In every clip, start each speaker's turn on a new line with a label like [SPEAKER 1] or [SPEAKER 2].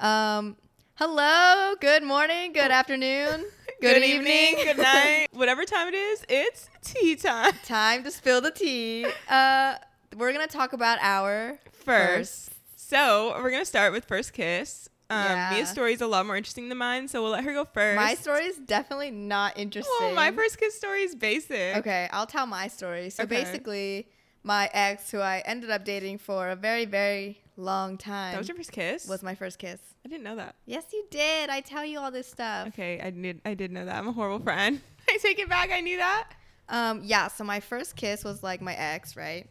[SPEAKER 1] Um, hello, good morning, good afternoon, good, evening.
[SPEAKER 2] good night. Whatever time it is, it's tea time.
[SPEAKER 1] Time to spill the tea. Uh, we're gonna talk about our
[SPEAKER 2] First. So we're gonna start with first kiss. Um,
[SPEAKER 1] Yeah.
[SPEAKER 2] Mia's story is a lot more interesting than mine, so we'll let her go first.
[SPEAKER 1] My story is definitely not interesting.
[SPEAKER 2] Well, my first kiss story is basic.
[SPEAKER 1] Okay, I'll tell my story. So
[SPEAKER 2] Okay.
[SPEAKER 1] basically, my ex, who I ended up dating for a very, very long time,
[SPEAKER 2] That was your first kiss.
[SPEAKER 1] was my first kiss.
[SPEAKER 2] I didn't know that.
[SPEAKER 1] Yes, you did. I tell you all this stuff.
[SPEAKER 2] Okay, I did. I did know that. I'm a horrible friend. I take it back. I knew that.
[SPEAKER 1] Um, yeah. So my first kiss was like my ex, right?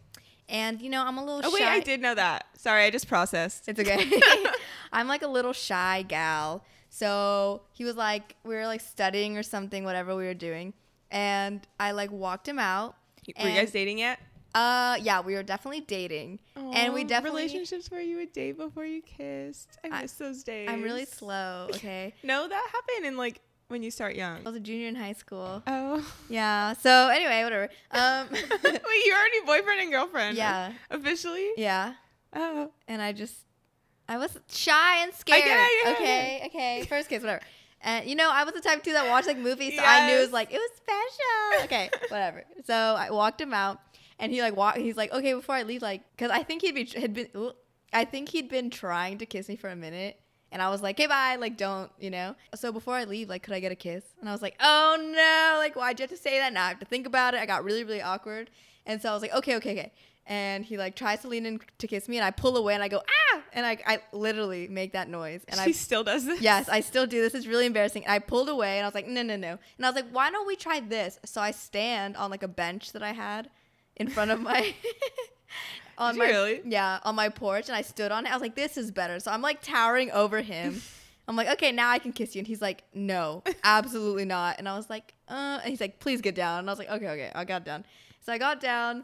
[SPEAKER 1] And you know, I'm a little.
[SPEAKER 2] Oh wait,
[SPEAKER 1] shy.
[SPEAKER 2] I did know that. Sorry, I just processed.
[SPEAKER 1] It's okay. I'm like a little shy gal. So he was like, we were like studying or something, whatever we were doing, and I like walked him out.
[SPEAKER 2] Were you
[SPEAKER 1] And-
[SPEAKER 2] guys dating yet?
[SPEAKER 1] Uh, yeah, we were definitely dating, and we
[SPEAKER 2] Aw,
[SPEAKER 1] definitely.
[SPEAKER 2] relationships where you would date before you kissed. I
[SPEAKER 1] I-
[SPEAKER 2] miss those days.
[SPEAKER 1] I'm really slow. Okay,
[SPEAKER 2] No, that happened in like when you start
[SPEAKER 1] I
[SPEAKER 2] young.
[SPEAKER 1] was a junior in high school.
[SPEAKER 2] Oh.
[SPEAKER 1] Yeah. So anyway, whatever. Um.
[SPEAKER 2] Wait, you're already boyfriend and girlfriend.
[SPEAKER 1] yeah.
[SPEAKER 2] Officially?
[SPEAKER 1] Yeah.
[SPEAKER 2] Oh.
[SPEAKER 1] and I just I was shy and scared.
[SPEAKER 2] I get it, I get it, I
[SPEAKER 1] okay, okay. First kiss, whatever. And you know, I was the type too that watched like movies, so I knew it was
[SPEAKER 2] Yes.
[SPEAKER 1] like it was special. Okay, whatever. So I walked him out, and he like walked. He's like, okay, before I leave, like, cause I think he'd be had been. ooh, I think he'd been trying to kiss me for a minute, and I was like, hey, bye, like, don't, you know. So before I leave, like, could I get a kiss? And I was like, oh no, like, why'd you have to say that? Now I have to think about it. I got really, really awkward, and so I was like, okay, okay, okay. And he like tries to lean in to kiss me, and I pull away, and I go ah, and I, I literally make that noise, and
[SPEAKER 2] she
[SPEAKER 1] I
[SPEAKER 2] still does this.
[SPEAKER 1] Yes, I still do. This is really embarrassing. And I pulled away and I was like, no, no, no. And I was like, why don't we try this? So I stand on like a bench that I had in front of my. on
[SPEAKER 2] Did
[SPEAKER 1] my
[SPEAKER 2] you really?
[SPEAKER 1] yeah on my porch and I stood on it. I was like, this is better. So I'm like towering over him. I'm like, okay, now I can kiss you. And he's like, no, absolutely not. And I was like, uh, and he's like, please get down. And I was like, okay, okay, I got down. So I got down.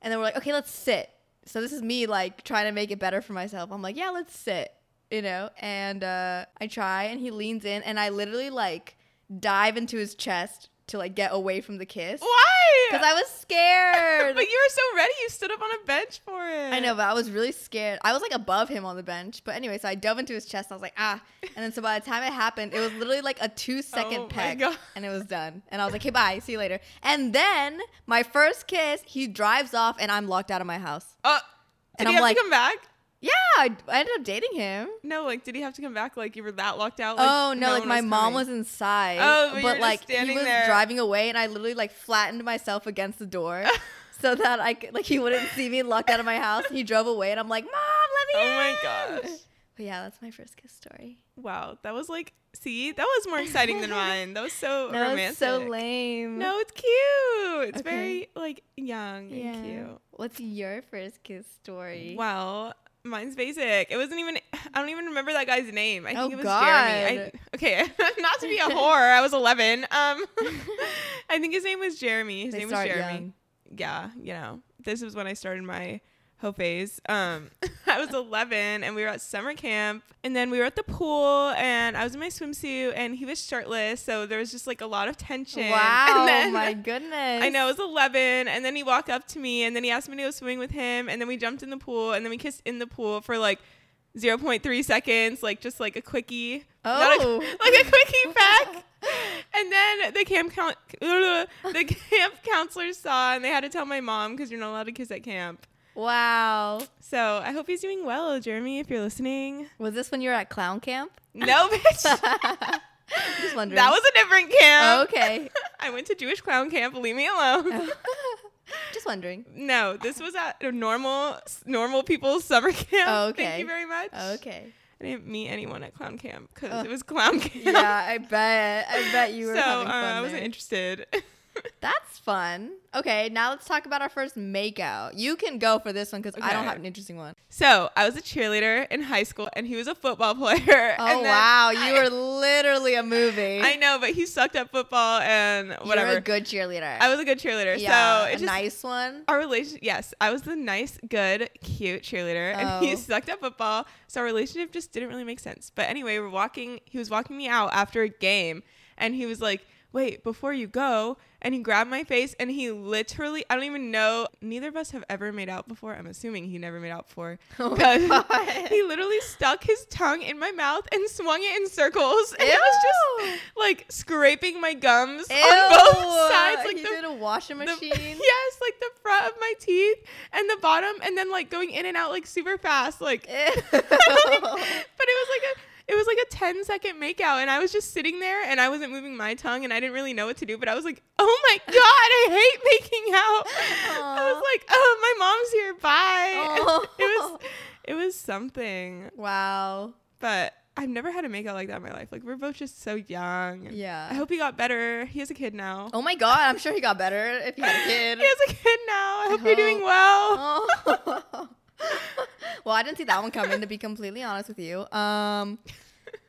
[SPEAKER 1] And then we're like, okay, let's sit. So this is me like trying to make it better for myself. I'm like, yeah, let's sit, you know? And uh, I try, and he leans in, and I literally like dive into his chest to like get away from the kiss.
[SPEAKER 2] Oh, Why?
[SPEAKER 1] Because I was scared.
[SPEAKER 2] but you were so ready. You stood up on a bench for it.
[SPEAKER 1] I know, but I was really scared. I was like above him on the bench. But anyway, so I dove into his chest. I was like, ah. And then so by the time it happened, it was literally like a two second
[SPEAKER 2] Oh my
[SPEAKER 1] peck.
[SPEAKER 2] God.
[SPEAKER 1] And it was done. And I was like, hey, bye. See you later. And then my first kiss, he drives off, and I'm locked out of my house.
[SPEAKER 2] Uh, did
[SPEAKER 1] And
[SPEAKER 2] he
[SPEAKER 1] I'm
[SPEAKER 2] have
[SPEAKER 1] like-
[SPEAKER 2] to come back?
[SPEAKER 1] Yeah, I, I ended up dating him.
[SPEAKER 2] No, like, did he have to come back? Like, you were that locked out? Like,
[SPEAKER 1] oh no, like
[SPEAKER 2] one
[SPEAKER 1] my mom
[SPEAKER 2] coming?
[SPEAKER 1] was inside,
[SPEAKER 2] Oh, but
[SPEAKER 1] but,
[SPEAKER 2] you were just
[SPEAKER 1] like he
[SPEAKER 2] standing
[SPEAKER 1] was
[SPEAKER 2] there.
[SPEAKER 1] driving away, and I literally like flattened myself against the door so that I could, like he wouldn't see me locked out of my house. And he drove away, and I'm like, "Mom, let me
[SPEAKER 2] Oh my
[SPEAKER 1] in!"
[SPEAKER 2] gosh.
[SPEAKER 1] But yeah, that's my first kiss story.
[SPEAKER 2] Wow, that was like, see, that was more exciting than mine. That was so
[SPEAKER 1] No,
[SPEAKER 2] romantic.
[SPEAKER 1] it's so lame.
[SPEAKER 2] No, it's cute. It's
[SPEAKER 1] Okay.
[SPEAKER 2] very like young and cute.
[SPEAKER 1] What's your first kiss story?
[SPEAKER 2] Well, mine's basic. It wasn't even. I don't even remember that guy's name. I think
[SPEAKER 1] Oh,
[SPEAKER 2] it was Jeremy. I,
[SPEAKER 1] God.
[SPEAKER 2] okay, not to be a whore. I was eleven. Um, I think his name was Jeremy. His
[SPEAKER 1] They
[SPEAKER 2] name was
[SPEAKER 1] start
[SPEAKER 2] Jeremy.
[SPEAKER 1] young.
[SPEAKER 2] Yeah, you know, this was when I started my hoe phase. Um, I was eleven, and we were at summer camp, and then we were at the pool, and I was in my swimsuit, and he was shirtless, so there was just like a lot of tension.
[SPEAKER 1] Wow,
[SPEAKER 2] and then,
[SPEAKER 1] my goodness.
[SPEAKER 2] I know, it was 11. And then he walked up to me and then he asked me to go swimming with him. And then we jumped in the pool and then we kissed in the pool for like 0.3 seconds, like just like a quickie. Not a-
[SPEAKER 1] Oh.
[SPEAKER 2] like a quickie pack. And then the camp, coun the camp counselor saw and they had to tell my mom because you're not allowed to kiss at camp.
[SPEAKER 1] Wow.
[SPEAKER 2] So I hope he's doing well, Jeremy, if you're listening.
[SPEAKER 1] Was this when you were at clown camp?
[SPEAKER 2] No, bitch.
[SPEAKER 1] Just wondering.
[SPEAKER 2] that was a different camp.
[SPEAKER 1] okay.
[SPEAKER 2] I went to Jewish clown camp. Leave me alone.
[SPEAKER 1] Just wondering.
[SPEAKER 2] No, this was at a normal normal people's summer camp.
[SPEAKER 1] Oh,
[SPEAKER 2] Thank
[SPEAKER 1] okay.
[SPEAKER 2] you very much.
[SPEAKER 1] Okay.
[SPEAKER 2] I didn't meet anyone at clown camp because
[SPEAKER 1] Ugh.
[SPEAKER 2] it was clown camp.
[SPEAKER 1] yeah, I bet. I bet you were
[SPEAKER 2] so
[SPEAKER 1] having
[SPEAKER 2] uh,
[SPEAKER 1] fun.
[SPEAKER 2] I wasn't
[SPEAKER 1] there.
[SPEAKER 2] interested.
[SPEAKER 1] That's fun. Okay, now let's talk about our first makeout. You can go for this one because I don't
[SPEAKER 2] Okay.
[SPEAKER 1] have an interesting one.
[SPEAKER 2] so I was a cheerleader in high school, and he was a football player.
[SPEAKER 1] Oh
[SPEAKER 2] and then
[SPEAKER 1] wow,
[SPEAKER 2] I-
[SPEAKER 1] you were literally a movie.
[SPEAKER 2] I know, but he sucked at football and
[SPEAKER 1] You were
[SPEAKER 2] whatever.
[SPEAKER 1] a good cheerleader.
[SPEAKER 2] I was a good cheerleader.
[SPEAKER 1] yeah,
[SPEAKER 2] so
[SPEAKER 1] a
[SPEAKER 2] it just
[SPEAKER 1] nice one.
[SPEAKER 2] our relationship yes i was the nice good cute cheerleader and
[SPEAKER 1] Oh.
[SPEAKER 2] he sucked at football so our relationship just didn't really make sense but anyway we're walking he was walking me out after a game and he was like wait, before you go. And he grabbed my face and he literally, I don't even know, neither of us have ever made out before. I'm assuming he never made out before.
[SPEAKER 1] Oh my
[SPEAKER 2] 'Cause
[SPEAKER 1] God.
[SPEAKER 2] He literally stuck his tongue in my mouth and swung it in circles. And it was just like scraping my gums on both sides. Like
[SPEAKER 1] he
[SPEAKER 2] the
[SPEAKER 1] did a washing
[SPEAKER 2] the-
[SPEAKER 1] machine.
[SPEAKER 2] yes, like the front of my teeth and the bottom, and then like going in and out like super fast, like.
[SPEAKER 1] Ew.
[SPEAKER 2] but it was like a. It was like a 10 second makeout, and I was just sitting there and I wasn't moving my tongue and I didn't really know what to do, but I was like, oh my God, I hate making out. I
[SPEAKER 1] Aw.
[SPEAKER 2] was like, oh, my mom's here. Bye. It
[SPEAKER 1] Aw.
[SPEAKER 2] was, it was something,
[SPEAKER 1] wow.
[SPEAKER 2] but I've never had a makeout like that in my life. Like, we're both just so young. and
[SPEAKER 1] Yeah.
[SPEAKER 2] I hope he got better. He has a kid now.
[SPEAKER 1] Oh my god, I'm sure he got better if he had a kid.
[SPEAKER 2] He has a kid now. I hope you're doing
[SPEAKER 1] hope.
[SPEAKER 2] well.
[SPEAKER 1] Oh. well, I didn't see that one coming to be completely honest with you. Um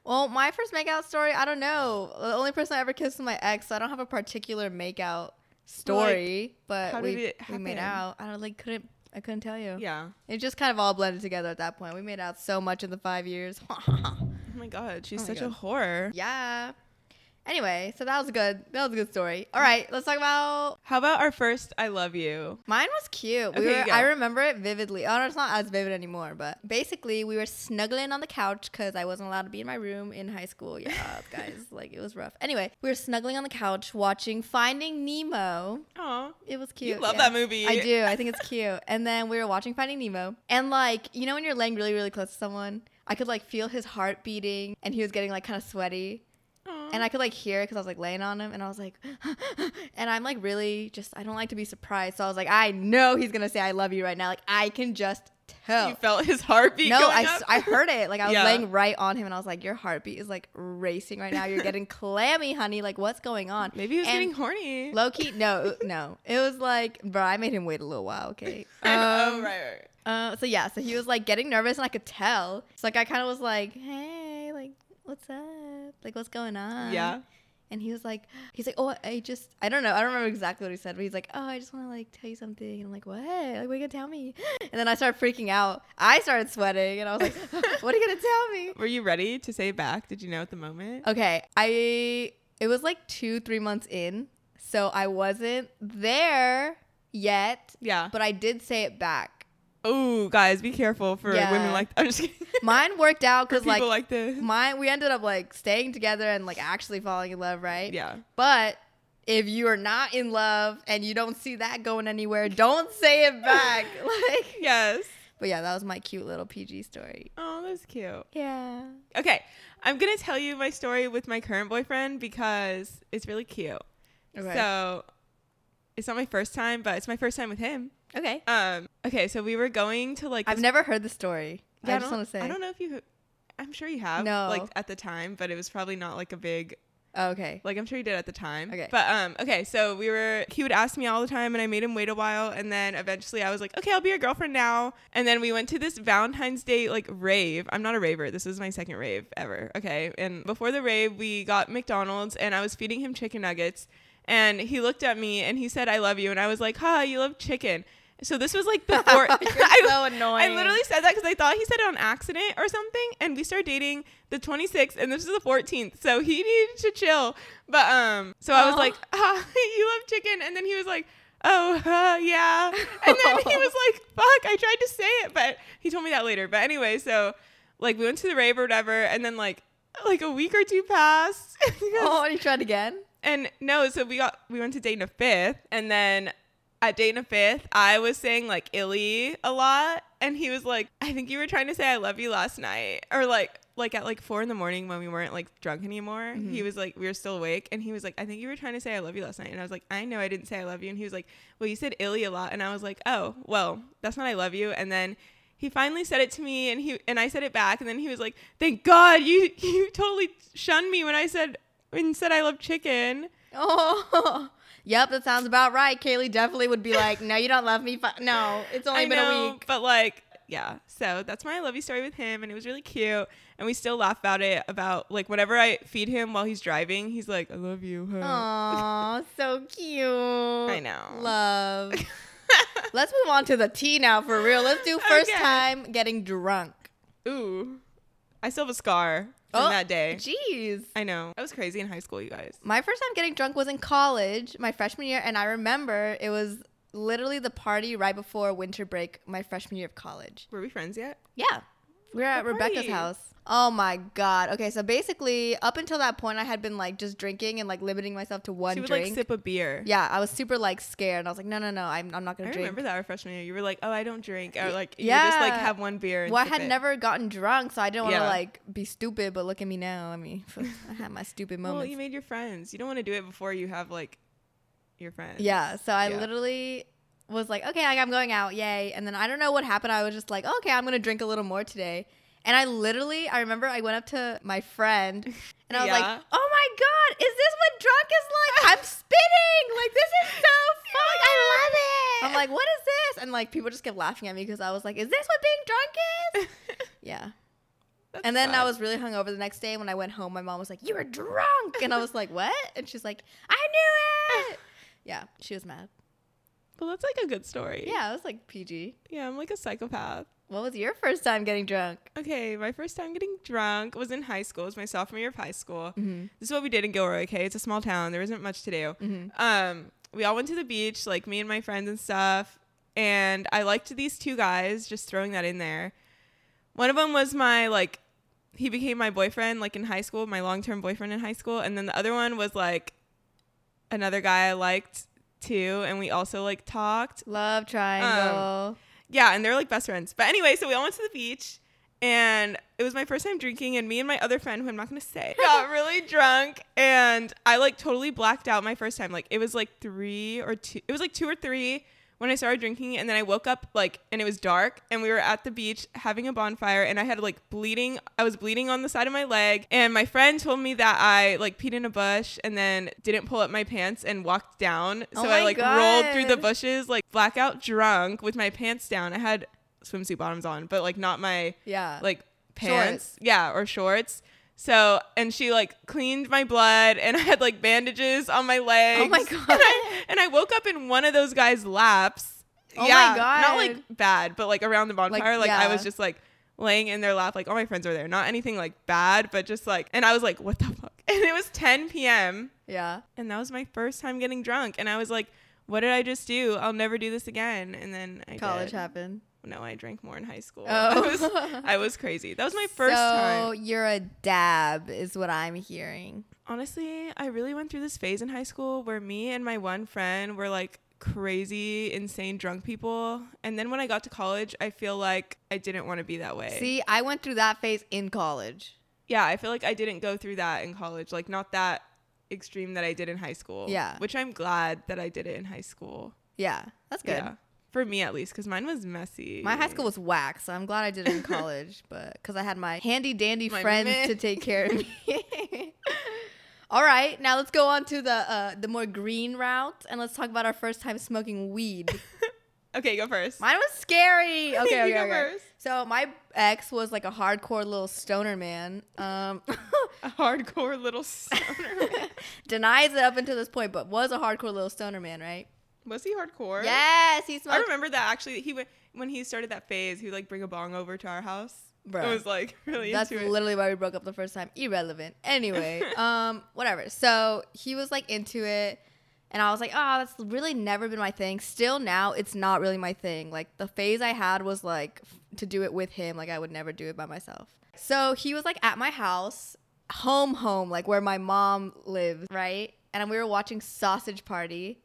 [SPEAKER 1] well, my first makeout story, I don't know. The only person I ever kissed was my ex, so I don't have a particular makeout story, but
[SPEAKER 2] how
[SPEAKER 1] we,
[SPEAKER 2] did it
[SPEAKER 1] we made
[SPEAKER 2] happen?
[SPEAKER 1] out. I don't like couldn't I couldn't tell you.
[SPEAKER 2] Yeah.
[SPEAKER 1] It just kind of all blended together at that point. We made out so much in the 5 years.
[SPEAKER 2] Oh my god, she's
[SPEAKER 1] Oh my
[SPEAKER 2] such a
[SPEAKER 1] God.
[SPEAKER 2] horror.
[SPEAKER 1] yeah. Anyway, so that was good. That was a good story. All right, let's talk about
[SPEAKER 2] How about our first I love you?
[SPEAKER 1] Mine was cute. We
[SPEAKER 2] Okay, you
[SPEAKER 1] were,
[SPEAKER 2] go.
[SPEAKER 1] I remember it vividly. Oh, no, it's not as vivid anymore, but basically, we were snuggling on the couch because I wasn't allowed to be in my room in high school. Yeah, guys, like it was rough. Anyway, we were snuggling on the couch watching Finding Nemo.
[SPEAKER 2] Oh.
[SPEAKER 1] It was cute.
[SPEAKER 2] You love
[SPEAKER 1] yeah.
[SPEAKER 2] that movie.
[SPEAKER 1] I do. I think it's cute. And then we were watching Finding Nemo. And like, you know when you're laying really, really close to someone, I could like feel his heart beating and he was getting like kind of sweaty and I could like hear it because I was like laying on him, and I was like, and I'm like really just I don't like to be surprised, so I was like, I know he's gonna say I love you right now, like I can just
[SPEAKER 2] you
[SPEAKER 1] tell.
[SPEAKER 2] felt his heartbeat.
[SPEAKER 1] No,
[SPEAKER 2] going
[SPEAKER 1] I,
[SPEAKER 2] up?
[SPEAKER 1] s- I heard it. Like I was
[SPEAKER 2] Yeah.
[SPEAKER 1] laying right on him, and I was like, your heartbeat is like racing right now. You're getting clammy, honey. Like what's going on?
[SPEAKER 2] Maybe he was
[SPEAKER 1] And
[SPEAKER 2] getting horny.
[SPEAKER 1] Low key, no, no. It was like, bro, I made him wait a little while, okay?
[SPEAKER 2] I know,
[SPEAKER 1] Um,
[SPEAKER 2] right, right.
[SPEAKER 1] uh, so yeah, so he was like getting nervous, and I could tell. So like I kind of was like, hey, like what's up? Like what's going on?
[SPEAKER 2] yeah.
[SPEAKER 1] And he was like, he's like, oh, I just, I don't know, I don't remember exactly what he said, but he's like, oh, I just want to like tell you something. And I'm like, what? Like, what are you gonna tell me? And then I started freaking out. I started sweating, and I was like, what are you gonna tell me?
[SPEAKER 2] Were you ready to say it back? Did you know at the moment?
[SPEAKER 1] Okay, I, it was like two, three months in, so I wasn't there yet,
[SPEAKER 2] Yeah.
[SPEAKER 1] but I did say it back.
[SPEAKER 2] Oh, guys, be careful for
[SPEAKER 1] Yeah.
[SPEAKER 2] women like I'm just kidding.
[SPEAKER 1] Mine worked out
[SPEAKER 2] For
[SPEAKER 1] because
[SPEAKER 2] people
[SPEAKER 1] like,
[SPEAKER 2] like, this.
[SPEAKER 1] mine, we ended up like staying together and like actually falling in love, right?
[SPEAKER 2] Yeah.
[SPEAKER 1] But if you are not in love and you don't see that going anywhere, don't say it back. like,
[SPEAKER 2] Yes.
[SPEAKER 1] but yeah, that was my cute little PG story.
[SPEAKER 2] Oh, that's cute.
[SPEAKER 1] Yeah.
[SPEAKER 2] Okay. I'm gonna tell you my story with my current boyfriend because it's really cute.
[SPEAKER 1] Okay.
[SPEAKER 2] So it's not my first time, but it's my first time with him.
[SPEAKER 1] okay.
[SPEAKER 2] Um. Okay. So we were going to like.
[SPEAKER 1] I've
[SPEAKER 2] this-
[SPEAKER 1] never heard the story.
[SPEAKER 2] Yeah,
[SPEAKER 1] I just
[SPEAKER 2] don't-
[SPEAKER 1] want to say.
[SPEAKER 2] I don't know if you. I'm sure you have.
[SPEAKER 1] No.
[SPEAKER 2] Like at the time, but it was probably not like a big.
[SPEAKER 1] Oh, okay.
[SPEAKER 2] Like I'm sure you did at the time.
[SPEAKER 1] Okay.
[SPEAKER 2] But um. Okay. So we were. He would ask me all the time, and I made him wait a while, and then eventually I was like, okay, I'll be your girlfriend now. And then we went to this Valentine's Day like rave. I'm not a raver. This is my second rave ever. Okay. And before the rave, we got McDonald's, and I was feeding him chicken nuggets. And he looked at me and he said, I love you. And I was like, Ha, you love chicken. So this was like the 4 I-
[SPEAKER 1] so annoying.
[SPEAKER 2] I literally said that because I thought he said it on accident or something. And we started dating the 26th, and this is the 14th, so he needed to chill. But um, so I was
[SPEAKER 1] Aw.
[SPEAKER 2] like, ah, "You love chicken," and then he was like, "Oh, uh, yeah," and then he was like, "Fuck!" I tried to say it, but he told me that later. But anyway, so like we went to the rave or whatever, and then like like a week or two passed.
[SPEAKER 1] Oh, and you tried again?
[SPEAKER 2] And no, so we got we went to Dana Fifth, and then at Dana Fifth, I was saying like illy a lot, and he was like, "I think you were trying to say I love you last night," or like like at like four in the morning when we weren't like drunk anymore. He was like, we were still awake, and he was like, "I think you were trying to say I love you last night," and I was like, "I know I didn't say I love you," and he was like, "Well, you said illy a lot," and I was like, "Oh, well, that's not I love you," and then. He finally said it to me, and he and I said it back, and then he was like, "Thank God you you totally shunned me when I said and said I love chicken.
[SPEAKER 1] Oh. Yep, that sounds about right. Kaylee definitely would be like, "No, you don't love me. Fu- no, it's only
[SPEAKER 2] I
[SPEAKER 1] been
[SPEAKER 2] know,
[SPEAKER 1] a week."
[SPEAKER 2] but like, yeah. So that's my love you story with him, and it was really cute. And we still laugh about it. About like whenever I feed him while he's driving, he's like, "I love you." huh?"
[SPEAKER 1] Aw, so cute.
[SPEAKER 2] Mm. I know.
[SPEAKER 1] Love. Let's move on to the tea now for real. Let's do first
[SPEAKER 2] Okay.
[SPEAKER 1] time getting drunk.
[SPEAKER 2] Ooh, I still have a scar from
[SPEAKER 1] Oh.
[SPEAKER 2] that day.
[SPEAKER 1] Jeez.
[SPEAKER 2] I know. I was crazy in high school, you guys.
[SPEAKER 1] My first time getting drunk was in college, my freshman year, and I remember it was literally the party right before winter break, my freshman year of college.
[SPEAKER 2] Were we friends yet?
[SPEAKER 1] Yeah. We were at
[SPEAKER 2] What
[SPEAKER 1] Rebecca's
[SPEAKER 2] party?
[SPEAKER 1] house. Oh my god. Okay, so basically up until that point I had been like just drinking and like limiting myself to one
[SPEAKER 2] she would
[SPEAKER 1] drink.
[SPEAKER 2] like sip a beer.
[SPEAKER 1] yeah, I was super like scared. I was like, no, no, no, I'm, I'm not
[SPEAKER 2] I
[SPEAKER 1] gonna drink.
[SPEAKER 2] remember that our freshman year. You were like, "Oh, I don't drink," or like, "You
[SPEAKER 1] yeah.
[SPEAKER 2] just like have one beer." And
[SPEAKER 1] Well, I
[SPEAKER 2] sip
[SPEAKER 1] had
[SPEAKER 2] it.
[SPEAKER 1] never gotten drunk, so I didn't want to
[SPEAKER 2] Yeah.
[SPEAKER 1] like be stupid. But look at me now. I mean, I had my stupid
[SPEAKER 2] Well,
[SPEAKER 1] moments.
[SPEAKER 2] you made your friends. You don't want to do it before you have like your friends.
[SPEAKER 1] yeah. So I
[SPEAKER 2] Yeah.
[SPEAKER 1] literally was like, okay, like, I'm going out, yay! And then I don't know what happened. I was just like, okay, I'm gonna drink a little more today. And I literally, I remember I went up to my friend, and I was
[SPEAKER 2] Yeah.
[SPEAKER 1] like, oh my god, is this what drunk is like? I'm spitting. Like this is so fun. I love it. I'm like, what is this? And like people just kept laughing at me because I was like, is this what being drunk is? Yeah.
[SPEAKER 2] That's
[SPEAKER 1] And then I
[SPEAKER 2] fun.
[SPEAKER 1] was really hungover the next day. When I went home, my mom was like, "You were drunk," and I was like, "What?" And she's like, "I knew it." Yeah, she was mad.
[SPEAKER 2] But that's like a good story.
[SPEAKER 1] Yeah, I was like PG.
[SPEAKER 2] Yeah, I'm like a psychopath.
[SPEAKER 1] What was your first time getting drunk?
[SPEAKER 2] Okay, my first time getting drunk was in high school. It was my sophomore year of high school.
[SPEAKER 1] Mhm.
[SPEAKER 2] This is what we did in Gilroy. Okay, it's a small town. There isn't much to do.
[SPEAKER 1] Mhm.
[SPEAKER 2] Um, we all went to the beach, like me and my friends and stuff. And I liked these two guys. Just throwing that in there. One of them was my like, he became my boyfriend like in high school, my long term boyfriend in high school. And then the other one was like, another guy I liked too. And we also like talked.
[SPEAKER 1] Love triangle.
[SPEAKER 2] Yeah, and they're like best friends. But anyway, so we all went to the beach, and it was my first time drinking, and me and my other friend, who I'm not gonna say, got really drunk, and I like totally blacked out my first time. Like it was like three or two, it was like two or three when I started drinking, and then I woke up like, and it was dark, and we were at the beach having a bonfire, and I had like bleeding. I was bleeding on the side of my leg, and my friend told me that I like peed in a bush, and then didn't pull up my pants and walked down,
[SPEAKER 1] Oh
[SPEAKER 2] so I
[SPEAKER 1] my
[SPEAKER 2] like rolled through the
[SPEAKER 1] God.
[SPEAKER 2] bush bushes, like blackout drunk with my pants down. I had swimsuit bottoms on, but like not my
[SPEAKER 1] yeah.
[SPEAKER 2] like pants. Yeah, or shorts. So and she like cleaned my blood and I had like bandages on my legs.
[SPEAKER 1] Oh my
[SPEAKER 2] And
[SPEAKER 1] God.
[SPEAKER 2] I, and I woke up in one of those guys' laps.
[SPEAKER 1] Oh my
[SPEAKER 2] yeah,
[SPEAKER 1] God.
[SPEAKER 2] Not like bad, but like around the bonfire. Like, I
[SPEAKER 1] yeah.
[SPEAKER 2] was just like laying in their lap, like all my friends were there. Not anything like bad, but just like and I was like, what the fuck? And it was ten PM
[SPEAKER 1] yeah.
[SPEAKER 2] and that was my first time getting drunk and i was like what did i just do i'll never do this again and then I
[SPEAKER 1] College
[SPEAKER 2] did.
[SPEAKER 1] happened.
[SPEAKER 2] no i drank more in high school
[SPEAKER 1] Oh.
[SPEAKER 2] I, was, I was crazy that was my first
[SPEAKER 1] so
[SPEAKER 2] time
[SPEAKER 1] you're a dab, is what I'm hearing.
[SPEAKER 2] honestly i really went through this phase in high school where me and my one friend were like crazy insane drunk people and then when i got to college i feel like i didn't want to be that way
[SPEAKER 1] See, I went through that phase in college.
[SPEAKER 2] yeah i feel like i didn't go through that in college like not that extreme that i did in high school
[SPEAKER 1] Yeah.
[SPEAKER 2] which i'm glad that i did it in high school
[SPEAKER 1] Yeah, that's good.
[SPEAKER 2] Yeah. For me at least, because mine was messy.
[SPEAKER 1] My high school was whack, so I'm glad I did it in college, but because I had my handy dandy
[SPEAKER 2] My
[SPEAKER 1] friends
[SPEAKER 2] man.
[SPEAKER 1] to take care of me. All right, now let's go on to the uh, the more green route, and let's talk about our first time smoking weed.
[SPEAKER 2] Okay, go first.
[SPEAKER 1] Mine was scary. Okay,
[SPEAKER 2] You
[SPEAKER 1] okay,
[SPEAKER 2] go
[SPEAKER 1] okay.
[SPEAKER 2] first.
[SPEAKER 1] So my ex was like a hardcore little stoner man. Um,
[SPEAKER 2] a hardcore little stoner.
[SPEAKER 1] denies it up until this point, but was a hardcore little stoner man, right?
[SPEAKER 2] was he hardcore?
[SPEAKER 1] Yes, he
[SPEAKER 2] I
[SPEAKER 1] smoked.
[SPEAKER 2] remember that actually. He went when he started that phase. He would, like bring a bong over to our house.
[SPEAKER 1] Bruh.
[SPEAKER 2] It was like really
[SPEAKER 1] That's
[SPEAKER 2] into it.
[SPEAKER 1] literally why we broke up the first time. Irrelevant. Anyway, um, whatever. So he was like into it, and I was like, oh, that's really never been my thing. Still now, it's not really my thing. Like the phase I had was like f- to do it with him. Like I would never do it by myself. So he was like at my house, home, home, like where my mom lives, right? And we were watching Sausage Party.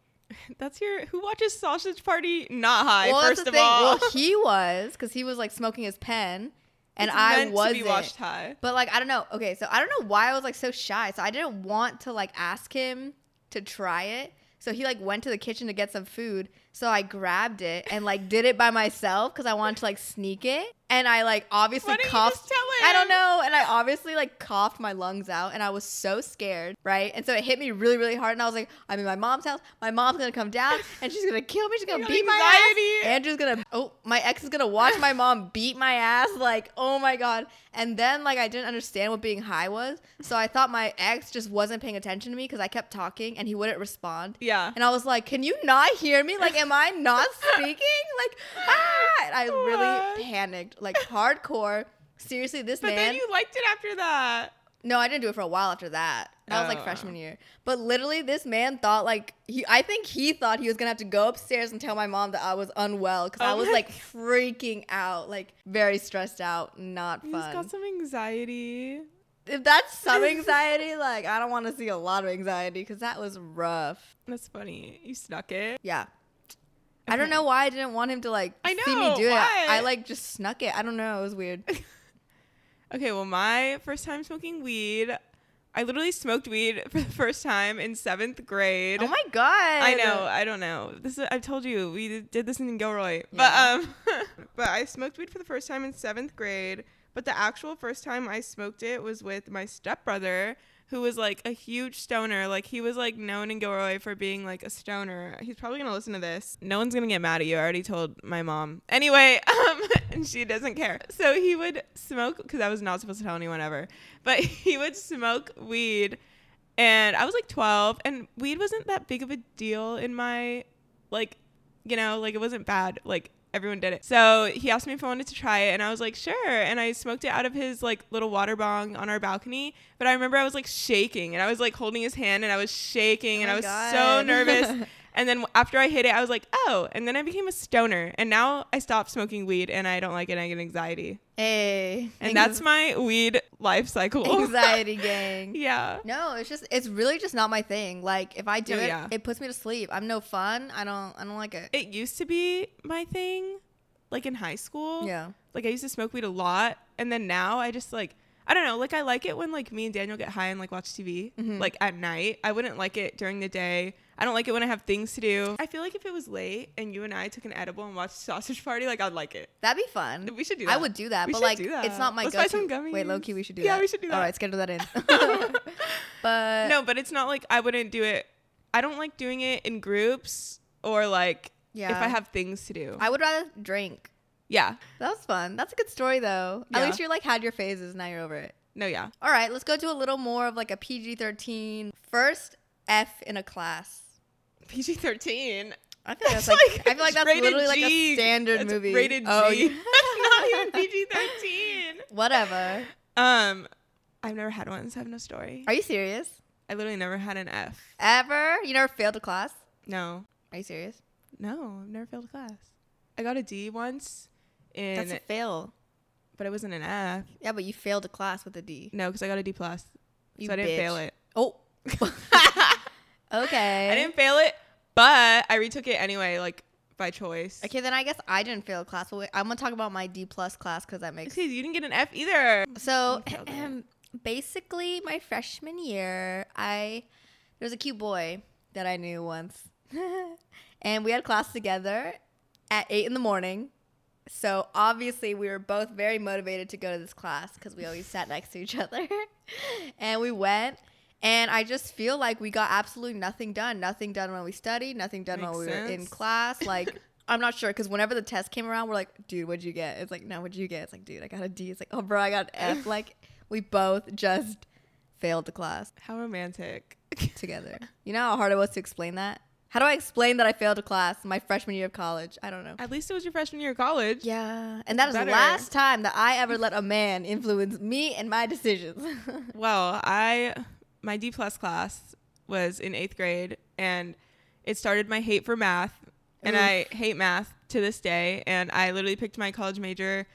[SPEAKER 2] That's your who watches Sausage Party? Not high.
[SPEAKER 1] well, that's
[SPEAKER 2] first
[SPEAKER 1] the
[SPEAKER 2] of
[SPEAKER 1] thing.
[SPEAKER 2] all,
[SPEAKER 1] Well, he was because he was like smoking his pen, and
[SPEAKER 2] It's
[SPEAKER 1] I
[SPEAKER 2] meant
[SPEAKER 1] wasn't.
[SPEAKER 2] to be watched high.
[SPEAKER 1] But like I don't know. Okay, so I don't know why I was like so shy. So I didn't want to like ask him to try it. So he like went to the kitchen to get some food. So I grabbed it and like did it by myself because I wanted to like sneak it. And I like obviously
[SPEAKER 2] Why didn't you
[SPEAKER 1] coughed.
[SPEAKER 2] just tell him?
[SPEAKER 1] I don't know. And I obviously like coughed my lungs out and I was so scared, right? And so it hit me really, really hard. And I was like, I'm in my mom's house. My mom's gonna come down and she's gonna kill me. She's gonna
[SPEAKER 2] got
[SPEAKER 1] beat my ass.
[SPEAKER 2] anxiety.
[SPEAKER 1] Andrew's gonna oh my ex is gonna watch my mom beat my ass like oh my god and then like I didn't understand what being high was so I thought my ex just wasn't paying attention to me because I kept talking and he wouldn't respond
[SPEAKER 2] Yeah.
[SPEAKER 1] and I was like can you not hear me like am I not speaking like ah and I really
[SPEAKER 2] What?
[SPEAKER 1] panicked like hardcore Seriously, this
[SPEAKER 2] But
[SPEAKER 1] man.
[SPEAKER 2] then you liked it after that.
[SPEAKER 1] No, I didn't do it for a while after that. That was
[SPEAKER 2] Oh.
[SPEAKER 1] like freshman year. But literally, this man thought like he. I think he thought he was gonna have to go upstairs and tell my mom that I was unwell because I
[SPEAKER 2] Oh
[SPEAKER 1] was
[SPEAKER 2] my-
[SPEAKER 1] like freaking out, like very stressed out, not
[SPEAKER 2] You just
[SPEAKER 1] fun.
[SPEAKER 2] got some anxiety.
[SPEAKER 1] if that's some anxiety, like I don't want to see a lot of anxiety because that was rough.
[SPEAKER 2] That's funny. You snuck it.
[SPEAKER 1] Yeah. I don't
[SPEAKER 2] Okay.
[SPEAKER 1] know why I didn't want him to like
[SPEAKER 2] I
[SPEAKER 1] see me
[SPEAKER 2] know,
[SPEAKER 1] do
[SPEAKER 2] why?
[SPEAKER 1] it. I like just snuck it. I don't know. It was weird.
[SPEAKER 2] Okay, well, my first time smoking weed, I literally smoked weed for the first time in seventh grade.
[SPEAKER 1] oh my god. I
[SPEAKER 2] I know. I don't know. This is, I've told you we did this in Gilroy,
[SPEAKER 1] Yeah.
[SPEAKER 2] but um, but I smoked weed for the first time in seventh grade. But the actual first time I smoked it was with my stepbrother, who was like a huge stoner. Like he was like known in Gilroy for being like a stoner. He's probably gonna listen to this. No one's gonna get mad at you. I already told my mom. Anyway, um, and she doesn't care. So he would smoke because I was not supposed to tell anyone ever. But he would smoke weed and I was like 12, and weed wasn't that big of a deal in my, like, you know, like it wasn't bad. Like everyone did it. So he asked me if I wanted to try it, and I was like, sure. And I smoked it out of his like little water bong on our balcony. But I remember I was like shaking, and I was like holding his hand, and I was shaking,
[SPEAKER 1] Oh
[SPEAKER 2] and
[SPEAKER 1] my
[SPEAKER 2] I was so
[SPEAKER 1] God.
[SPEAKER 2] nervous. and then after I hit it, I was like, oh. And then I became a stoner, and now I stopped smoking weed, and I don't like it. I get anxiety,
[SPEAKER 1] Hey.
[SPEAKER 2] and that's my weed life cycle.
[SPEAKER 1] anxiety gang.
[SPEAKER 2] yeah.
[SPEAKER 1] No, it's just it's really just not my thing. Like if I do
[SPEAKER 2] No,
[SPEAKER 1] it,
[SPEAKER 2] Oh, yeah.
[SPEAKER 1] it puts me to sleep. I'm no fun. I don't I don't like it.
[SPEAKER 2] it used to be my thing like in high school
[SPEAKER 1] Yeah.
[SPEAKER 2] like i used to smoke weed a lot and then now i just like i don't know like i like it when like me and daniel get high and like watch tv
[SPEAKER 1] Mm-hmm.
[SPEAKER 2] like at night i wouldn't like it during the day i don't like it when i have things to do i feel like if it was late and you and i took an edible and watched sausage party like i'd like it
[SPEAKER 1] That'd be fun.
[SPEAKER 2] we should do
[SPEAKER 1] I
[SPEAKER 2] that.
[SPEAKER 1] would do that,
[SPEAKER 2] We
[SPEAKER 1] but
[SPEAKER 2] should
[SPEAKER 1] like
[SPEAKER 2] do that.
[SPEAKER 1] it's not my
[SPEAKER 2] Let's
[SPEAKER 1] go-to.
[SPEAKER 2] buy some gummies.
[SPEAKER 1] Wait, low key we should do
[SPEAKER 2] Yeah,
[SPEAKER 1] that.
[SPEAKER 2] we should do that.
[SPEAKER 1] All right, schedule that in. but
[SPEAKER 2] no but it's not like i wouldn't do it i don't like doing it in groups or like if
[SPEAKER 1] Yeah.
[SPEAKER 2] i have things to do
[SPEAKER 1] I would rather drink.
[SPEAKER 2] yeah
[SPEAKER 1] That was fun. That's a good story though.
[SPEAKER 2] Yeah.
[SPEAKER 1] At least you like had your phases, now you're over it.
[SPEAKER 2] no yeah
[SPEAKER 1] All right, let's go to a little more of like a PG-13 first F in a class.
[SPEAKER 2] pg-13
[SPEAKER 1] I feel like that's like, I feel like that's
[SPEAKER 2] rated
[SPEAKER 1] literally like
[SPEAKER 2] G.
[SPEAKER 1] a standard
[SPEAKER 2] That's
[SPEAKER 1] movie.
[SPEAKER 2] Rated
[SPEAKER 1] oh,
[SPEAKER 2] G.
[SPEAKER 1] yeah.
[SPEAKER 2] That's not even PG thirteen.
[SPEAKER 1] Whatever.
[SPEAKER 2] Um, I've never had one, so I have no story.
[SPEAKER 1] Are you serious?
[SPEAKER 2] I literally never had an F.
[SPEAKER 1] Ever? You never failed a class?
[SPEAKER 2] No,
[SPEAKER 1] Are you serious?
[SPEAKER 2] no, I've never failed a class. I got a D once, in
[SPEAKER 1] That's a fail.
[SPEAKER 2] but it wasn't an F.
[SPEAKER 1] Yeah, but you failed a class with a D.
[SPEAKER 2] No, because I got a D plus,
[SPEAKER 1] You
[SPEAKER 2] so I didn't
[SPEAKER 1] bitch.
[SPEAKER 2] fail it.
[SPEAKER 1] Oh. okay.
[SPEAKER 2] I didn't fail it, but I retook it anyway, like by choice.
[SPEAKER 1] Okay, then I guess I didn't fail a class. But wait, I'm gonna talk about my D plus class because that makes
[SPEAKER 2] Okay, you didn't get an F either.
[SPEAKER 1] so.
[SPEAKER 2] You failed it.
[SPEAKER 1] basically, my freshman year, I there was a cute boy that I knew once, and we had class together at eight in the morning. So obviously, we were both very motivated to go to this class because we always sat next to each other, and we went. And I just feel like we got absolutely nothing done. Nothing done when we studied. Nothing done
[SPEAKER 2] Makes
[SPEAKER 1] when we were in
[SPEAKER 2] sense.
[SPEAKER 1] class. Like I'm not sure because whenever the test came around, we're like, "Dude, what'd you get?" It's like, "No, what'd you get?" It's like, "Dude, I got a D." It's like, "Oh, bro, I got an F." Like we both just failed the class
[SPEAKER 2] How romantic.
[SPEAKER 1] together. You know how hard it was to explain that. How do I explain that I failed a class my freshman year of college? I don't know.
[SPEAKER 2] At least it was your freshman year of college.
[SPEAKER 1] Yeah, and that is
[SPEAKER 2] Better.
[SPEAKER 1] the last time that I ever let a man influence me and my decisions.
[SPEAKER 2] Well, I my D plus class was in eighth grade, and it started my hate for math, and
[SPEAKER 1] Oof.
[SPEAKER 2] I hate math to this day. And I literally picked my college major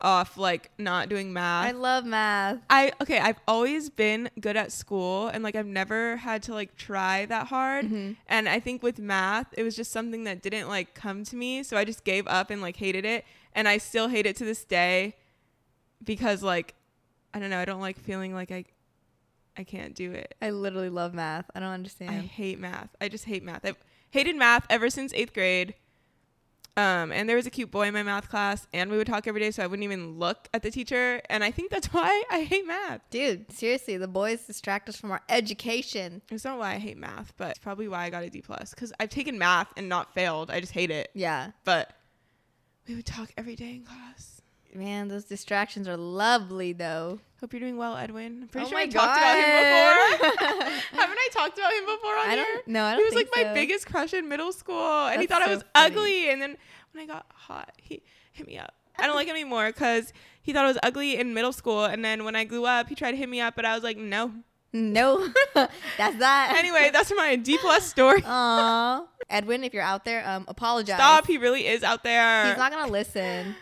[SPEAKER 2] off like not doing
[SPEAKER 1] I
[SPEAKER 2] math.
[SPEAKER 1] love math.
[SPEAKER 2] I okay, I've always been good at school and like I've never had to like try that hard.
[SPEAKER 1] Mm-hmm.
[SPEAKER 2] And I think with math, it was just something that didn't like come to me, so I just gave up and like hated it. And I still hate it to this day because like I don't know, I don't like feeling like I I can't do it.
[SPEAKER 1] I literally love math. I don't
[SPEAKER 2] I
[SPEAKER 1] understand.
[SPEAKER 2] hate math. I just hate math. I've hated math ever since 8th grade. Um, and there was a cute boy in my math class, and we would talk every day, so I wouldn't even look at the teacher. And I think that's why I hate math.
[SPEAKER 1] Dude, seriously, the boys distract us from our education.
[SPEAKER 2] It's not why I hate math, but it's probably why I got a D plus. Because I've taken math and not failed. I just hate it.
[SPEAKER 1] Yeah.
[SPEAKER 2] But we would talk every day in class.
[SPEAKER 1] Man, those distractions are lovely though.
[SPEAKER 2] Hope you're doing well, Edwin. I'm pretty
[SPEAKER 1] Oh
[SPEAKER 2] sure
[SPEAKER 1] my
[SPEAKER 2] I talked about him before.
[SPEAKER 1] God.
[SPEAKER 2] Haven't I talked about him before on
[SPEAKER 1] I
[SPEAKER 2] here?
[SPEAKER 1] don't no, I don't
[SPEAKER 2] He was like
[SPEAKER 1] think
[SPEAKER 2] my
[SPEAKER 1] so.
[SPEAKER 2] biggest crush in middle school, and he
[SPEAKER 1] That's
[SPEAKER 2] thought I
[SPEAKER 1] so
[SPEAKER 2] was
[SPEAKER 1] funny.
[SPEAKER 2] ugly. And then when I got hot, he hit me up. I don't like him anymore because he thought I was ugly in middle school. And then when I grew up, he tried to hit me up, but I was like, no.
[SPEAKER 1] No, that's that.
[SPEAKER 2] Anyway, that's my D plus story.
[SPEAKER 1] Oh, Aw. Edwin, if you're out there, um, apologize.
[SPEAKER 2] Stop. He really is out there.
[SPEAKER 1] He's not gonna listen.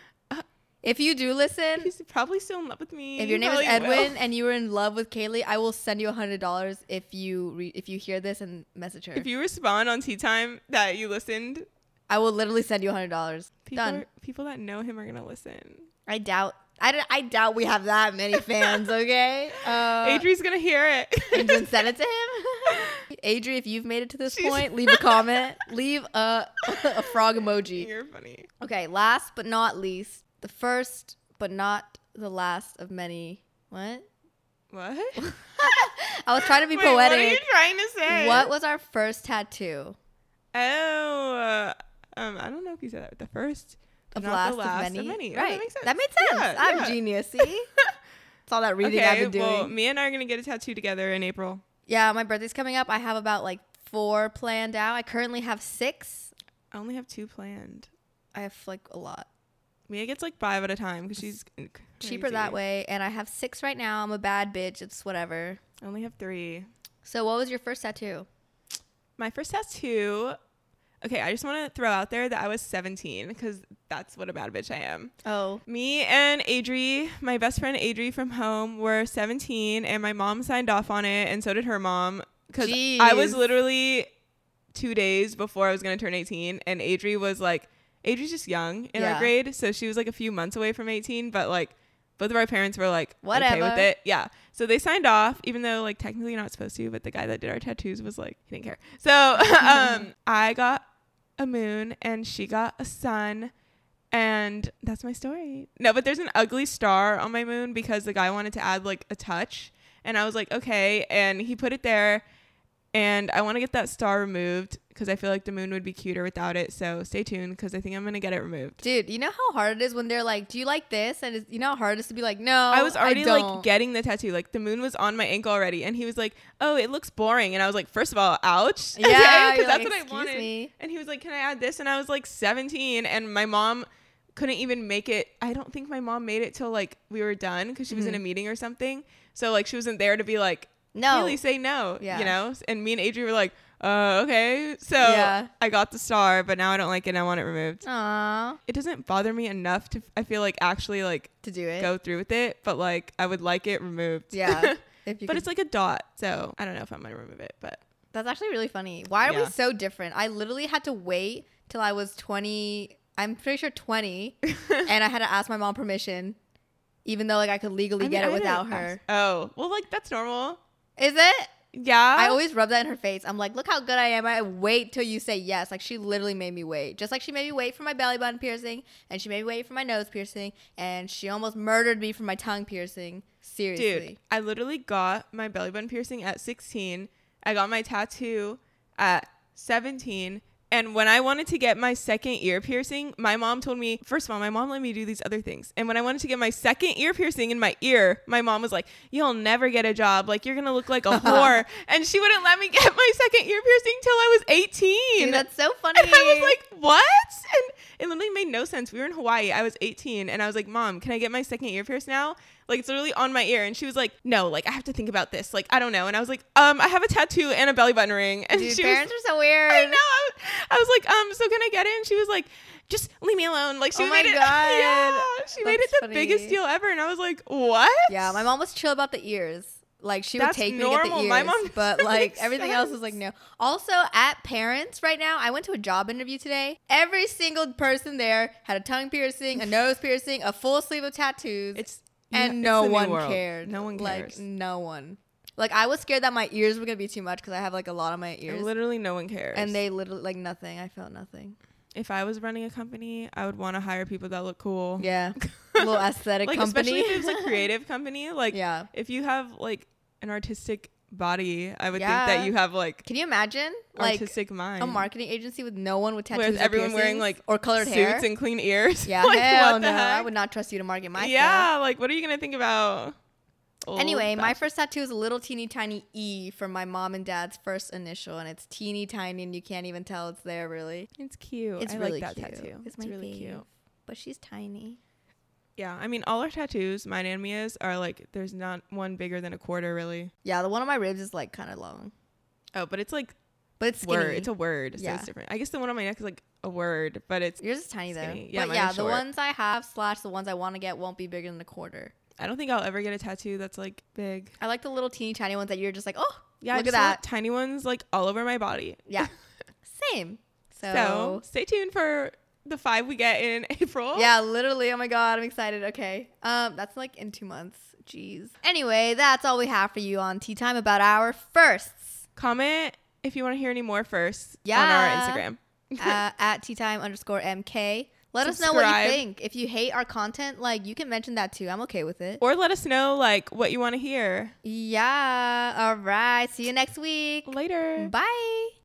[SPEAKER 1] If you do listen,
[SPEAKER 2] He's probably still in love with me.
[SPEAKER 1] if your
[SPEAKER 2] He
[SPEAKER 1] name is
[SPEAKER 2] probably will.
[SPEAKER 1] Edwin and you were in love with Kaylee, I will send you a hundred dollars if you re- if you hear this and message her.
[SPEAKER 2] If you respond on tea time that you listened,
[SPEAKER 1] I will literally send you a hundred dollars.
[SPEAKER 2] people,
[SPEAKER 1] Done.
[SPEAKER 2] are- people that know him are gonna listen.
[SPEAKER 1] I doubt. I, don't- I doubt we have that many fans. Okay. Uh,
[SPEAKER 2] Adri's gonna hear it.
[SPEAKER 1] and then send it to him. Adri, if you've made it to this
[SPEAKER 2] She's-
[SPEAKER 1] point, leave a comment. leave a a frog emoji.
[SPEAKER 2] You're funny.
[SPEAKER 1] Okay, last but not least, the first but not the last of many. What?
[SPEAKER 2] What?
[SPEAKER 1] I was trying to be
[SPEAKER 2] Wait, What are you
[SPEAKER 1] poetic.
[SPEAKER 2] trying to say?
[SPEAKER 1] What, was our first tattoo?
[SPEAKER 2] Oh, uh, um, I don't know if you said that with the first. but
[SPEAKER 1] Of
[SPEAKER 2] not
[SPEAKER 1] last,
[SPEAKER 2] the last
[SPEAKER 1] of many.
[SPEAKER 2] many. Oh,
[SPEAKER 1] Right.
[SPEAKER 2] that makes sense. Yeah,
[SPEAKER 1] I'm
[SPEAKER 2] yeah.
[SPEAKER 1] genius. See? It's all that reading I've been doing.
[SPEAKER 2] well, Mia and I are gonna get a tattoo together in April.
[SPEAKER 1] yeah, my birthday's coming up. I have about like four planned out. I currently have six.
[SPEAKER 2] I only have two planned.
[SPEAKER 1] I have like a lot.
[SPEAKER 2] Mia gets like five at a time because she's c-
[SPEAKER 1] Cheaper that
[SPEAKER 2] crazy.
[SPEAKER 1] way. And I have six right now. I'm a bad bitch. It's whatever.
[SPEAKER 2] I only have three.
[SPEAKER 1] So, what was your first tattoo?
[SPEAKER 2] My first tattoo. Okay, I just want to throw out there that I was 17 because that's what a bad bitch I am.
[SPEAKER 1] Oh.
[SPEAKER 2] Me and Adri, my best friend Adri from home, were 17, and my mom signed off on it, and so did her mom. Because I was
[SPEAKER 1] Jeez.
[SPEAKER 2] literally two days before I was going to turn 18, and Adri was like, Adri's just young in
[SPEAKER 1] Yeah.
[SPEAKER 2] our grade, so she was like a few months away from 18, but like both of our parents were like, okay with
[SPEAKER 1] Whatever.
[SPEAKER 2] it. Yeah. So they signed off, even though like technically you're not supposed to, but the guy that did our tattoos was like, he didn't care. So
[SPEAKER 1] Mm-hmm.
[SPEAKER 2] um, I got a moon, and she got a sun. And that's my story. No, but there's an ugly star on my moon because the guy wanted to add like a touch. And I was like, okay. And he put it there. And I want to get that star removed because I feel like the moon would be cuter without it. So stay tuned because I think I'm going to get it removed.
[SPEAKER 1] Dude, you know how hard it is when they're like, "Do you like this?" And it's, you know how hard it is to be like, "No,
[SPEAKER 2] I was already
[SPEAKER 1] Oh, don't."
[SPEAKER 2] like getting the tattoo. Like the moon was on my ankle already. And he was like, oh, it looks boring. And I was like, first of all, ouch.
[SPEAKER 1] Yeah, you're
[SPEAKER 2] Because
[SPEAKER 1] like,
[SPEAKER 2] that's what I
[SPEAKER 1] "Excuse
[SPEAKER 2] wanted.
[SPEAKER 1] me."
[SPEAKER 2] And he was like, can I add this? And I was like 17. And my mom couldn't even make it. I don't think my mom made it till like we were done because she was
[SPEAKER 1] Mm-hmm.
[SPEAKER 2] in a meeting or something. So like she wasn't there to be like,
[SPEAKER 1] no,
[SPEAKER 2] really say no,
[SPEAKER 1] Oh. Yeah.
[SPEAKER 2] you know? And me and Adri were like, uh, okay. So
[SPEAKER 1] Yeah.
[SPEAKER 2] I got the star, but now I don't like it and I want it removed.
[SPEAKER 1] Aw,
[SPEAKER 2] It doesn't bother me enough to, I feel like, actually like
[SPEAKER 1] to do it.
[SPEAKER 2] go through with it, but like I would like it removed.
[SPEAKER 1] Yeah, if you
[SPEAKER 2] but
[SPEAKER 1] could-
[SPEAKER 2] it's like a dot. So I don't know if I'm going to remove it, but
[SPEAKER 1] that's actually really funny. Why are we
[SPEAKER 2] Yeah.
[SPEAKER 1] so different? I literally had to wait till I was twenty. I'm pretty sure twenty, and I had to ask my mom permission, even though like I could legally
[SPEAKER 2] I mean,
[SPEAKER 1] get
[SPEAKER 2] I
[SPEAKER 1] it without
[SPEAKER 2] didn't
[SPEAKER 1] her.
[SPEAKER 2] ask- Oh, well, like that's normal.
[SPEAKER 1] Is it?
[SPEAKER 2] Yeah.
[SPEAKER 1] I always rub that in her face. I'm like, look how good I am. I wait till you say yes. Like she literally made me wait. Just like she made me wait for my belly button piercing, and she made me wait for my nose piercing, and she almost murdered me for my tongue piercing. Seriously.
[SPEAKER 2] Dude, I literally got my belly button piercing at 16. I got my tattoo at 17. And when I wanted to get my second ear piercing, my mom told me, first of all, my mom let me do these other things. And when I wanted to get my second ear piercing in my ear, my mom was like, You'll never get a job. Like, you're going to look like a whore. and she wouldn't let me get my second ear piercing till I was 18.
[SPEAKER 1] Dude, that's so funny.
[SPEAKER 2] And I was like, what? And it literally made no sense. We were in Hawaii. I was 18 and I was like, Mom, can I get my second ear pierced now? Like it's literally on my ear. And she was like, No, like I have to think about this. Like, I don't know. And I was like, um, I have a tattoo and a belly button ring. And
[SPEAKER 1] Dude,
[SPEAKER 2] she
[SPEAKER 1] parents
[SPEAKER 2] was
[SPEAKER 1] are so weird.
[SPEAKER 2] I know. I was, I was like, um, so can I get it? And she was like, just leave me alone. Like she
[SPEAKER 1] Oh my
[SPEAKER 2] made it.
[SPEAKER 1] God.
[SPEAKER 2] Yeah. She made it
[SPEAKER 1] That's
[SPEAKER 2] the
[SPEAKER 1] funny.
[SPEAKER 2] biggest deal ever. And I was like, What?
[SPEAKER 1] Yeah, my mom was chill about the ears. Like she
[SPEAKER 2] That's
[SPEAKER 1] would take me to get the
[SPEAKER 2] normal.
[SPEAKER 1] ears,
[SPEAKER 2] My mom
[SPEAKER 1] but
[SPEAKER 2] doesn't
[SPEAKER 1] like
[SPEAKER 2] make
[SPEAKER 1] everything else was like no. Also, at parents right now, I went to a job interview today. Every single person there had a tongue piercing, a nose piercing, a full sleeve of tattoos,
[SPEAKER 2] It's
[SPEAKER 1] and
[SPEAKER 2] yeah, it's
[SPEAKER 1] no
[SPEAKER 2] the new
[SPEAKER 1] one
[SPEAKER 2] world.
[SPEAKER 1] cared.
[SPEAKER 2] No one
[SPEAKER 1] Like
[SPEAKER 2] cares.
[SPEAKER 1] no one. Like I was scared that my ears were gonna be too much because I have like a lot on my ears,
[SPEAKER 2] literally no one cares.
[SPEAKER 1] and they literally like nothing. I felt nothing.
[SPEAKER 2] if I was running a company, I would want to hire people that look cool.
[SPEAKER 1] Yeah, little aesthetic
[SPEAKER 2] Oh. like
[SPEAKER 1] company.
[SPEAKER 2] especially if it's a creative company like
[SPEAKER 1] Yeah.
[SPEAKER 2] if you have like an artistic body i would think
[SPEAKER 1] Yeah.
[SPEAKER 2] that you have like
[SPEAKER 1] Can you imagine like
[SPEAKER 2] artistic mind
[SPEAKER 1] a marketing agency with no one with tattoos
[SPEAKER 2] whereas
[SPEAKER 1] or
[SPEAKER 2] everyone wearing
[SPEAKER 1] piercings
[SPEAKER 2] like
[SPEAKER 1] or colored
[SPEAKER 2] suits
[SPEAKER 1] hair
[SPEAKER 2] and clean ears
[SPEAKER 1] yeah
[SPEAKER 2] like,
[SPEAKER 1] hell
[SPEAKER 2] what the
[SPEAKER 1] no i
[SPEAKER 2] heck?
[SPEAKER 1] would not trust you to market my
[SPEAKER 2] yeah Oh,
[SPEAKER 1] stuff
[SPEAKER 2] like what are you gonna think about Old
[SPEAKER 1] anyway my
[SPEAKER 2] fashioned-
[SPEAKER 1] first tattoo is a little teeny tiny e from my mom and dad's first initial and it's teeny tiny and you can't even tell it's there really
[SPEAKER 2] it's cute
[SPEAKER 1] it's
[SPEAKER 2] i
[SPEAKER 1] really
[SPEAKER 2] like that
[SPEAKER 1] cute
[SPEAKER 2] tattoo
[SPEAKER 1] it's, my really cute but she's tiny
[SPEAKER 2] Yeah, I mean, all our tattoos, mine and Mia's, are like there's not one bigger than a quarter, really.
[SPEAKER 1] Yeah, the one on my ribs is like kind of long,
[SPEAKER 2] Oh, but it's like
[SPEAKER 1] but it's skinny.
[SPEAKER 2] word. It's a word, so
[SPEAKER 1] Yeah.
[SPEAKER 2] it's different. I guess the one on my neck is like a word, but it's
[SPEAKER 1] Yours is tiny
[SPEAKER 2] Skinny.
[SPEAKER 1] though.
[SPEAKER 2] Yeah,
[SPEAKER 1] but
[SPEAKER 2] mine
[SPEAKER 1] yeah,
[SPEAKER 2] is
[SPEAKER 1] the
[SPEAKER 2] short.
[SPEAKER 1] ones I have slash the ones I want to get won't be bigger than a quarter.
[SPEAKER 2] I don't think I'll ever get a tattoo that's like big.
[SPEAKER 1] I like the little teeny tiny ones that you're just like, oh,
[SPEAKER 2] Yeah, I
[SPEAKER 1] look at
[SPEAKER 2] just want
[SPEAKER 1] that.
[SPEAKER 2] tiny ones like all over my body.
[SPEAKER 1] Yeah, same. So,
[SPEAKER 2] So stay tuned for the five we get in April.
[SPEAKER 1] Oh. yeah, literally. Oh my god, I'm excited. Okay, um, that's like in two months. Jeez. Anyway, that's all we have for you on Tea Time about our firsts
[SPEAKER 2] Comment if you want to hear any more first
[SPEAKER 1] Yeah.
[SPEAKER 2] on our Instagram.
[SPEAKER 1] uh, at Tea Time underscore MK. Let us know what
[SPEAKER 2] Subscribe.
[SPEAKER 1] you think. If you hate our content, like you can mention that too. I'm okay with it.
[SPEAKER 2] Or let us know like what you want to hear
[SPEAKER 1] Yeah. All right. See you next week.
[SPEAKER 2] later.
[SPEAKER 1] Bye.